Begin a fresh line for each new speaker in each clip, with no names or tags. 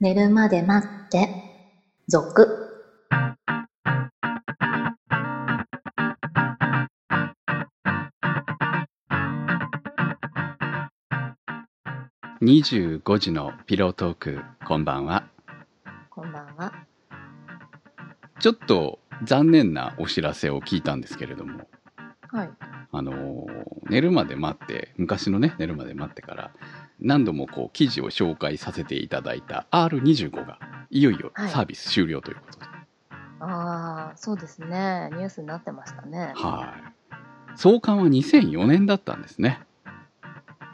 寝るまで待って、続。
25時のピロートークこんばんは
こんばんは。
ちょっと残念なお知らせを聞いたんですけれども
はい。
あのー寝るまで待って昔のね寝るまで待ってから何度もこう記事を紹介させていただいた R25 がいよいよサービス終了ということで、
ああ、そうですね。ニュースになってましたね。
はい創刊は2004年だったんですね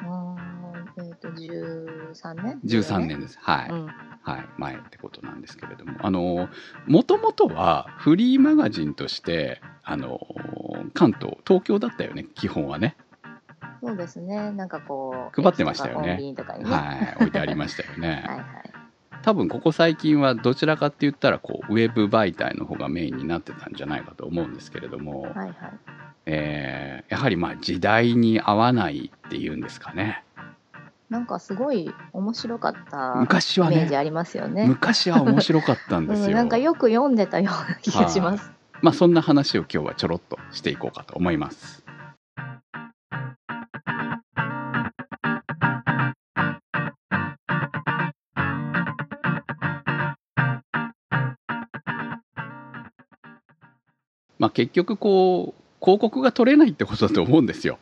うーん、えっ、と、13年
13。年ですはい、
うん。
はい、前ってことなんですけれどもあのもともとはフリーマガジンとしてあの関東東京だったよね基本はね
そうですね。なんかこう、
配ってましたよね
駅とかコンビニとかにね。は
はい置いてありましたよ
い、 は
ね
い、
多分ここ最近はどちらかって言ったらこうウェブ媒体の方がメインになってたんじゃないかと思うんですけれども、
はい、はい。
えーやはりまあ時代に合わないっていうんですかね
なんかすごい面白かった
昔は
イメージ
ね
ありますよね。
昔は面白かったんで す
う
よ
ん、なんかよく読んでたような気がします。
まあそんな話を今日はちょろっとしていこうかと思います。まあ結局こう広告が取れないってことだと思うんですよ。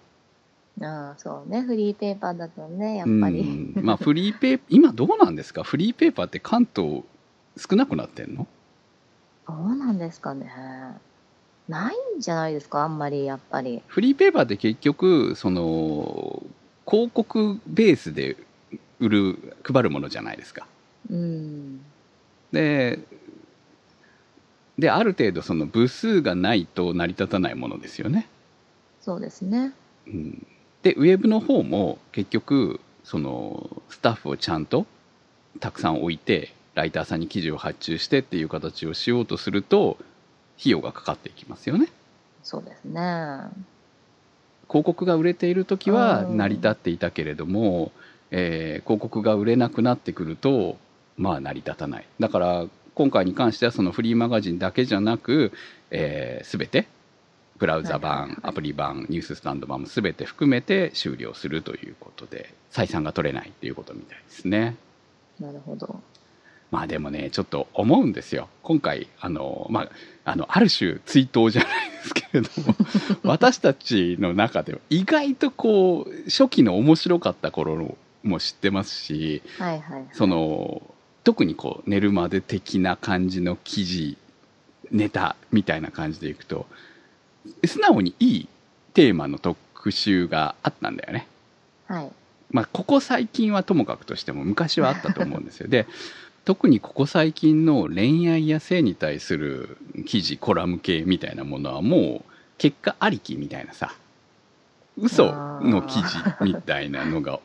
ああ、そうね。フリーペーパーだとね、やっぱり。
うんまあフリーペー今どうなんですかフリーペーパーって関東少なくなってんの
どうなんですかね。ないんじゃないですか、あんまりやっぱり。
フリーペーパーって結局その広告ベースで売る配るものじゃないですか。
うん。
でである程度その部数がないと成り立たないものですよね。
そうですね。
うん、でウェブの方も結局そのスタッフをちゃんとたくさん置いてライターさんに記事を発注してっていう形をしようとすると費用がかかっていきますよね。
そうですね。
広告が売れている時は
うん
成り立っていたけれども、えー広告が売れなくなってくるとまあ成り立たないだから今回に関してはそのフリーマガジンだけじゃなく、えー全てブラウザ版、
はいはいはい
アプリ版ニューススタンド版も全て含めて終了するということで採算が取れないっていうことみたいですね
なるほど。
まあでもねちょっと思うんですよ今回あのまああのある種追悼じゃないですけれども私たちの中では意外とこう初期の面白かった頃も知ってますし
はいはい、はい。
その特にこう寝るまで的な感じの記事ネタみたいな感じでいくと素直にいいテーマの特集があったんだよね。
はい。
まあ、ここ最近はともかくとしても昔はあったと思うんですよ。で特にここ最近の恋愛や性に対する記事コラム系みたいなものはもう結果ありきみたいなさ嘘の記事みたいなのが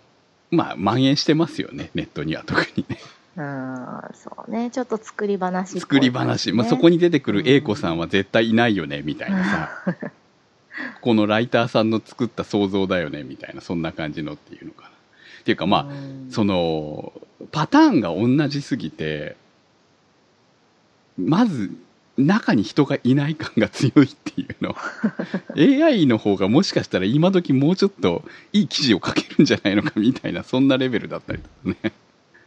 まあ蔓延してますよねネットには特にね
うん、そうね。ちょっと作り話っぽい
作り話、まあ、そこに出てくる A 子さんは絶対いないよねみたいなさここのライターさんの作った想像だよねみたいなそんな感じのっていうのかな。っていうかまあ
うん
そのパターンが同じすぎてまず中に人がいない感が強いっていう の AI の方がもしかしたら今時もうちょっといい記事を書けるんじゃないのかみたいなそんなレベルだったりとかね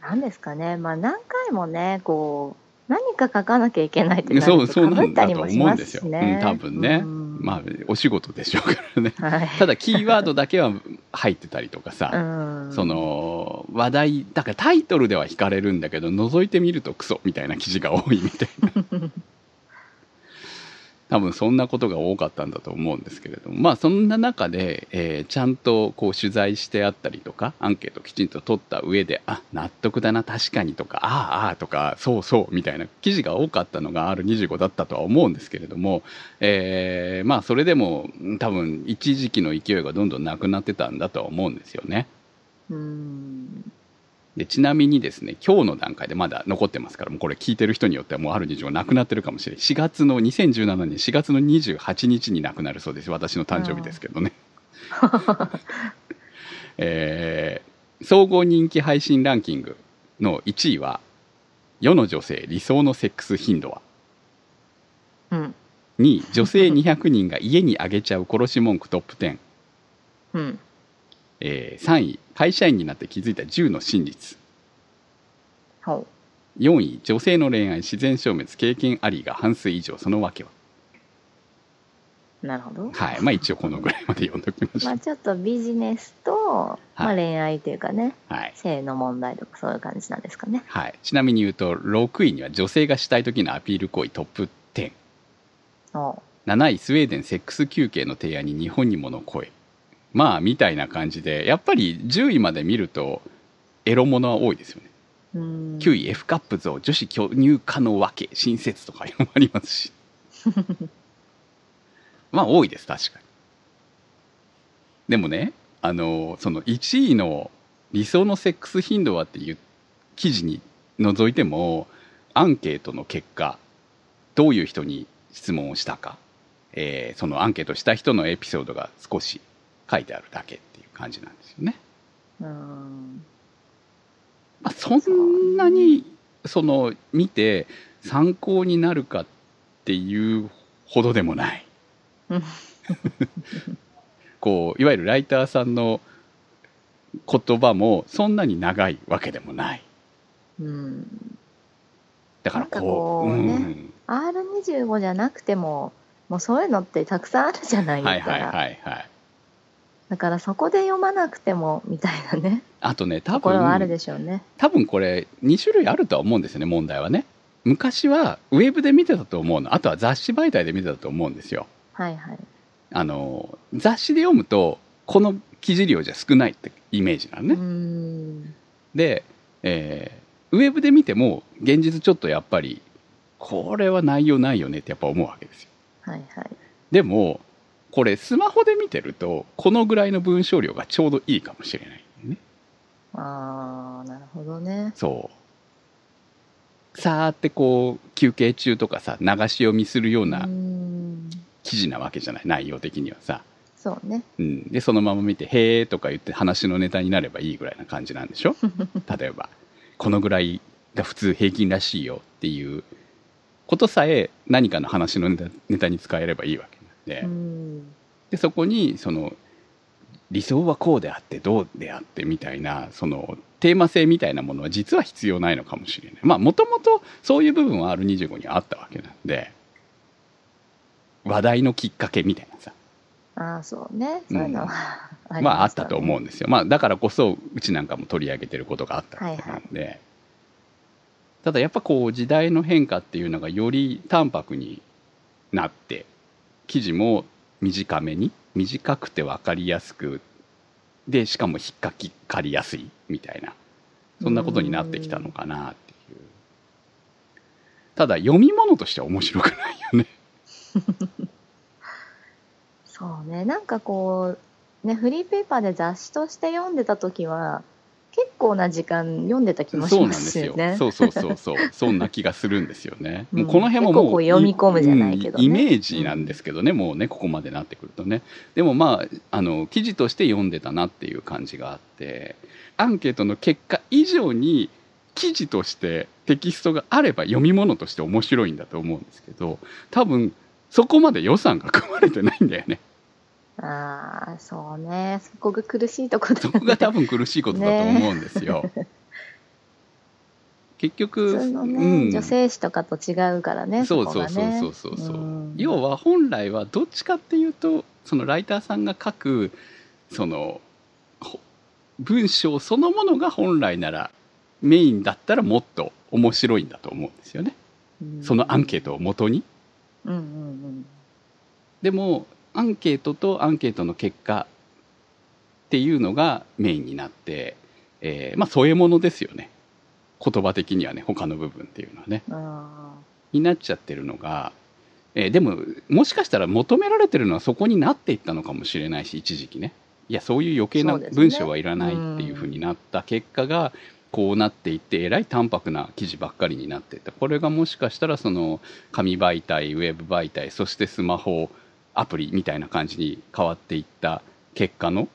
なんですかね、まあ、何回もね、こう、何か書かなきゃいけないってなる
そう
と
そうな
被
ん
った
だ
り
と
もし
思うん
ま
です
す
よ、
しね。
うん多分ね、
うん
まあお仕事でしょうからね
はい。
ただキーワードだけは入ってたりとかさ、
うん
そ、の話題だからタイトルでは惹かれるんだけど覗いてみるとクソみたいな記事が多いみたいな 多分そんなことが多かったんだと思うんですけれどもまあそんな中で、えーちゃんとこう取材してあったりとかアンケートきちんと取った上であ納得だな確かにとかああああとかそうそうみたいな記事が多かったのが R25 だったとは思うんですけれども、えーまあそれでもうん多分一時期の勢いがどんどんなくなってたんだとは思うんですよね。
うん。
でちなみにですね今日の段階でまだ残ってますからもうこれ聞いてる人によってはもうある事情なくなってるかもしれない4月の2017年4月の28日に亡くなるそうです私の誕生日ですけどね、えー総合人気配信ランキングの1位は世の女性理想のセックス頻度は
うん。
2女性200人が家にあげちゃう殺し文句トップ10、
うん。
えー3位会社員になって気づいた10の真実
ほ
4位女性の恋愛自然消滅経験ありが半数以上そのわけは
う。なるほど。
はいまあ一応このぐらいまで読んでおきまし
まあちょっとビジネスと、まあ恋愛というかね、
たはい、
性の問題とかそういう感じなんですかね。
はい、ちなみに言うと6位には女性がしたい時のアピール行為トップ10
お
7位スウェーデンセックス休憩の提案に日本にもの声まあみたいな感じでやっぱり10位まで見るとエロものは多いですよね
ううん。
9位 F カップ像女子巨乳化のわけ新設とかいうのもありますしまあ多いです確かにでもねあのその1位の理想のセックス頻度はっていう記事に除いてもアンケートの結果どういう人に質問をしたか、えーそのアンケートした人のエピソードが少し書いてあるだけっていう感じなんですよね
うん。
まあ、そんなにその見て参考になるかっていうほどでもない
うん
こういわゆるライターさんの言葉もそんなに長いわけでもない
うん。
だからこう
なんかこうね
ん
R25 じゃなくても、もうそういうのってたくさんあるじゃないですか。
はいはいはいはい
だからそこで読まなくてもみたいなね、
あとね多
ところはある
分
でしょうね。
多分これ2種類あるとは思うんですよね問題はね昔はウェブで見てたと思うのあとは雑誌媒体で見てたと思うんですよ
はいはい。
あの雑誌で読むとこの記事量じゃ少ないってイメージなのね、
うーん。
で、えーウェブで見ても現実ちょっとやっぱりこれは内容ないよねってやっぱ思うわけですよ
はいはい。
でもこれスマホで見てるとこのぐらいの文章量がちょうどいいかもしれないんだよね
ああ、なるほどね。
そうさーってこう休憩中とかさ流し読みするよう
うー
な
ん。
記事なわけじゃない内容的にはさ、
そうね。
うん、でそのまま見て「へえ」とか言って話のネタになればいいぐらいな感じなんでしょ例えばこのぐらいが普通平均らしいよっていうことさえ何かの話のネタネタに使えればいいわけなん
う
で,、
ん。
でそこにその理想はこうであってどうであってみたいなそのテーマ性みたいなものは実は必要ないのかもしれないまあもともとそういう部分は R25 にはあったわけなんで話題のきっかけみたいなさ
ああ、そうね。そういうの は、り
まああ
ま
っ
したね
たと思うんですよ。まあだからこそうちなんかも取り上げてることがあったわけなんで、ただやっぱこう時代の変化っていうのがより淡白になって記事も短めに短くて分かりやすくでしかも引っかきかりやすいみたいなそんなことになってきたのかなっていうただ読み物としては面白くないよね。
そうね。なんかこう、ね、フリーペーパーで雑誌として読んでた時は、結構な時間読んでた気もし
そう
ま
なんです
す
よ
よね。。
そうそうそうそう。そんな気がするんですよね。
うん
もうこの辺ももう
結構こう読み込むじゃないけどね
イメージなんですけどね、もうねここまでなってくるとね。でもまああの記事として読んでたなっていう感じがあって、アンケートの結果以上に記事としてテキストがあれば読み物として面白いんだと思うんですけど、多分そこまで予算が組まれてないんだよね。
ああ、そうね。そこが苦しいとこだ
そ
よね
こが多分苦しいことだと思うんで すよ。結局、
普通のね、
うん
女性誌とかと違うからね
そう
こがね
そうそうそうそうそうん要は本来はどっちかっていうとそのライターさんが書くそのほ文章そのものが本来ならメインだったらもっと面白いんだと思うんですよね
うん
そのアンケートをもとに。
うんうん
でもアンケートとアンケートの結果っていうのがメインになって、えーまあ添え物ですよね言葉的にはね他の部分っていうのはね。
うんあ
になっちゃってるのが、えーでももしかしたら求められてるのはそこになっていったのかもしれないし一時期ねいやそういう余計な
そうですね
文章はいらないっていうふうになった結果がこうなっていってえらい淡白な記事ばっかりになっていったこれがもしかしたらその紙媒体ウェブ媒体そしてスマホアプリみたいな感じに変わっていった結果の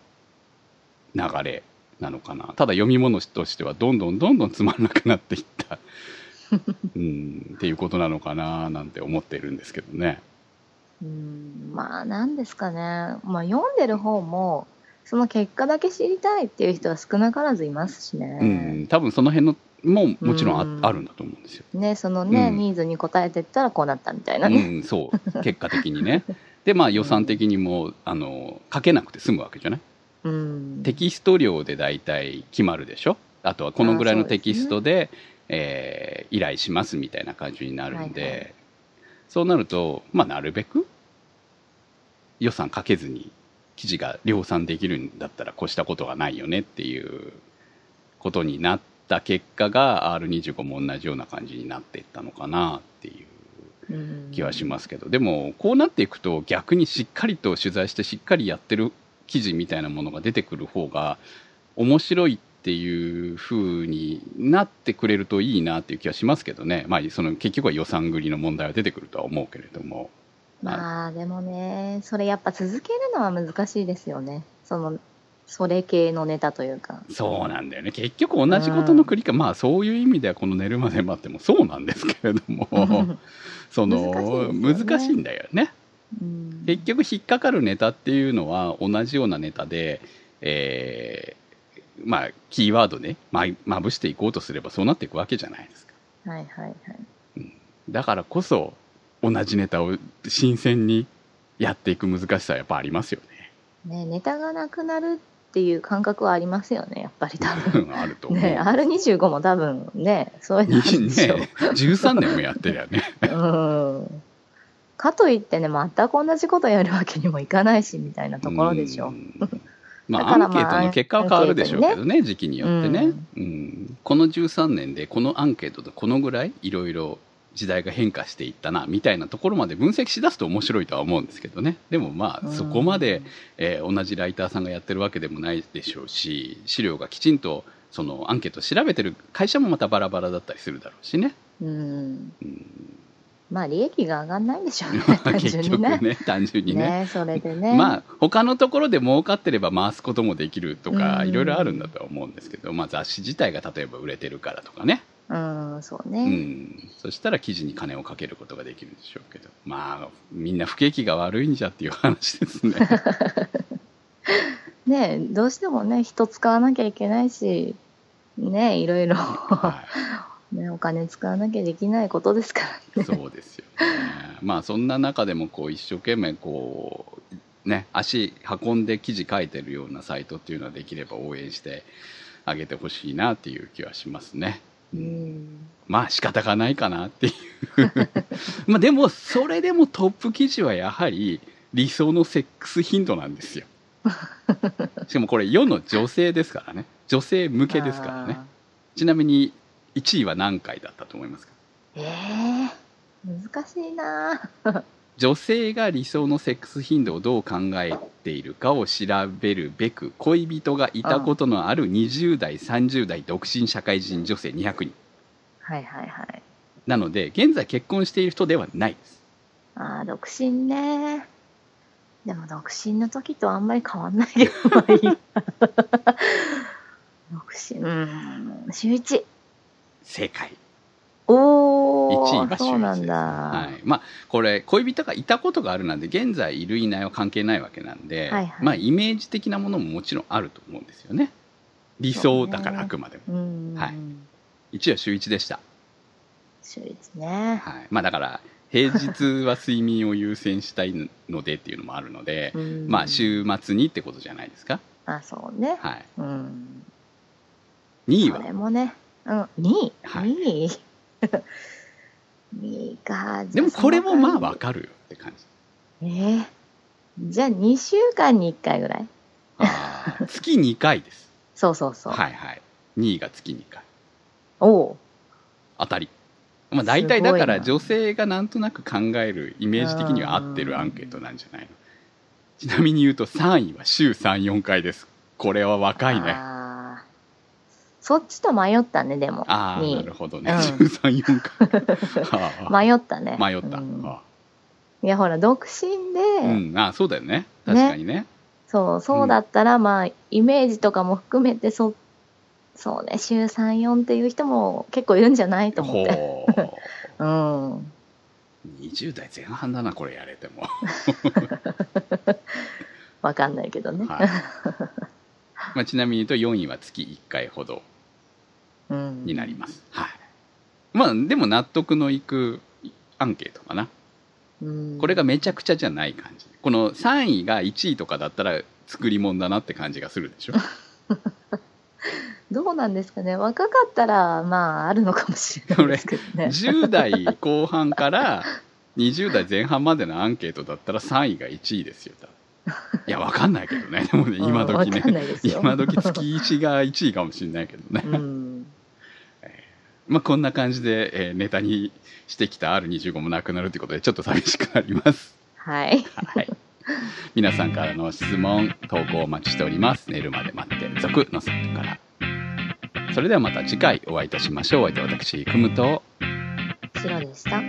流 れなのかなただ読み物としてはどんどんどんどんつまんなくなっていったうん、っていうことなのかななんて思っているんですけどね。
うんまあ何ですかね、まあ、読んでる方もその結果だけ知りたいっていう人は少なからずいますし
う
ね,、
ん、多分その辺のももちろんあ,、
うん
あるんだと思うんですよ。
ねそのね、
うん
ニーズに応えてったらこうなったみたいな
う
ね、
ん、そう結果的にね。でまあ予算的にもうあの書けなくて済むわけじゃない
うん、
テキスト量で大体決まるでしょあとはこのぐらい
あ
の
そうですね
テキストでえー依頼しますみたいな感じになるんで、
はいはい
そうなると、まあ、なるべく予算かけずに記事が量産できるんだったら越したことがないよねっていうことになった結果が R25 も同じような感じになっていったのかなっていう
うん
気はしますけどでもこうなっていくと逆にしっかりと取材してしっかりやってる記事みたいなものが出てくる方が面白いっていう風になってくれるといいなっていう気はしますけどね、まあ、その結局は予算繰りの問題は出てくるとは思うけれども、
まあでもねそれやっぱ続けるのは難しいですよねそのそれ系のネタというか
そうなんだよね結局同じことの繰り返まあそういう意味ではこの「寝るまで待って」もそうなんですけれど もその
難しいですよね
難しいんだよね。
うん
結局引っかかるネタっていうのは同じようなネタで、えーまあキーワードねままぶしていこうとすればそうなっていくわけじゃないですか
はいはいはい
だからこそ同じネタを新鮮にやっていく難しさはやっぱありますよ
ねネタがなくなるっていう感覚はありますよねやっぱり多分
ねあると思う、
ね R25 も多分ねそういうのあるでしょ、
ね13年もやってりゃね
うんかといってね全く同じことやるわけにもいかないしみたいなところでしょ
う、んまあ、
だから
アン
ま
ケ
あ
ートの結果は変わるでしょうけどね時期によってね、う
うん
この13年でこのアンケートでこのぐらいいろいろ時代が変化していったなみたいなところまで分析しだすと面白いとは思うんですけどねでもま
う
あ
ん
そこまで、えー同じライターさんがやってるわけでもないでしょうし資料がきちんとそのアンケートを調べてる会社もまたバラバラだったりするだろうしね、
うん
うん、
まあ利益が上がんないんでしょうね単純
結
に
局
ね
ね単純にね
ねそれでね
まあ他のところで儲かってれば回すこともできるとか
うん
いろいろあるんだとは思うんですけど、まあ、雑誌自体が例えば売れてるからとかね、
うん、そう
う
ね。
ん、そしたら記事に金をかけることができるでしょうけどまあみんな不景気が悪いんじゃっていう話で すね。
ねどうしてもね、人使わなきゃいけないし、ねいろ いろ、
は
ね、お金使わなきゃできないことですから
い、
ね。
そうですよ、ね、まあそんな中でもこう一生懸命こうね足運んで記事書いてるようなサイトっていうのはできれば応援してあげてほしいなっていう気はしますね。
う
うん
ん。
まあ仕方がないかなっていう まあでもそれでもトップ記事はやはり理想のセックス頻度なんですよしかもこれ世の女性ですからね女性向けですからね
あ
ちなみに1位は何回だったと思いますか
ー。ええ難しいな
女性が理想のセックス頻度をどう考えているかを調べるべく恋人がいたことのある20代30代独身社会人女性200人
はいはいはい。
なので現在結婚している人ではないです
ああ、独身ねでも独身の時とあんまり変わんないけど、まあい いや独身、うん、週一。
正解
お
1位
ー、
が
そうなん
週一です、
だ。
はい、まあこれ恋人がいたことがあるなんで現在いるいないは関係ないわけなん
はい
で、
はい
まあイメージ的なものももちろんあると思うんですよね理想だから
そうね
あくまでも、
うん。
はい一応週1でした、
週一ですね。
はい、まあだから平日は睡眠を優先したいのでっていうのもあるので、
うん
まあ週末にってことじゃないですか、
あそうね、
はい、
うん
2位
こ
は
れもね、うん、2位、
はい
2位 2位か
でもこれもまあわ
わ
かるよって感じ
えーじゃあ2週間に1回ぐらい
あー月2回です
そうそうそう、
はいはい2位が月2回
おう
当たり、まあ、大体だから
すごいな
女性がなんとなく考えるイメージ的には合ってるアンケートなんじゃないのちなみに言うと3位は週34回ですこれは若いね
あーそっちと迷ったねでも
ああ
二位
なるほどね、
うん
134回は
迷ったね
あ迷った、
うん
あ
いやほら独身で、
あうん、ああそうだよね確かにね
そうそうだったら、まあイメージとかも含めてそっそうね週34っていう人も結構いるんじゃないと思って
ほう
うん
20代前半だなこれやれても、
わかんないけどね、
はいまあ、ちなみに言うと4位は月1回ほど
うん、
になります、はいまあでも納得のいくアンケートかな
うん
これがめちゃくちゃじゃない感じこの3位が1位とかだったら作り物だなって感じがするで しょ
どうなんですかね若かったらまああるのかもしれないですけどね
10代後半から20代前半までのアンケートだったら3位が1位ですよ多分いやわかんないけどねでもね今時
うんわかん
ね
ないですよ
今時月1が1位かもしれないけどね、
うん
まあこんな感じで、えーネタにしてきた R25 もなくなるということでちょっと寂しくなります
はい
はい。皆さんからの質問、投稿お待ちしております。寝るまで待って、続のサイトから。それではまた次回お会いいたしましょう。お相手は私、くむと。
白でした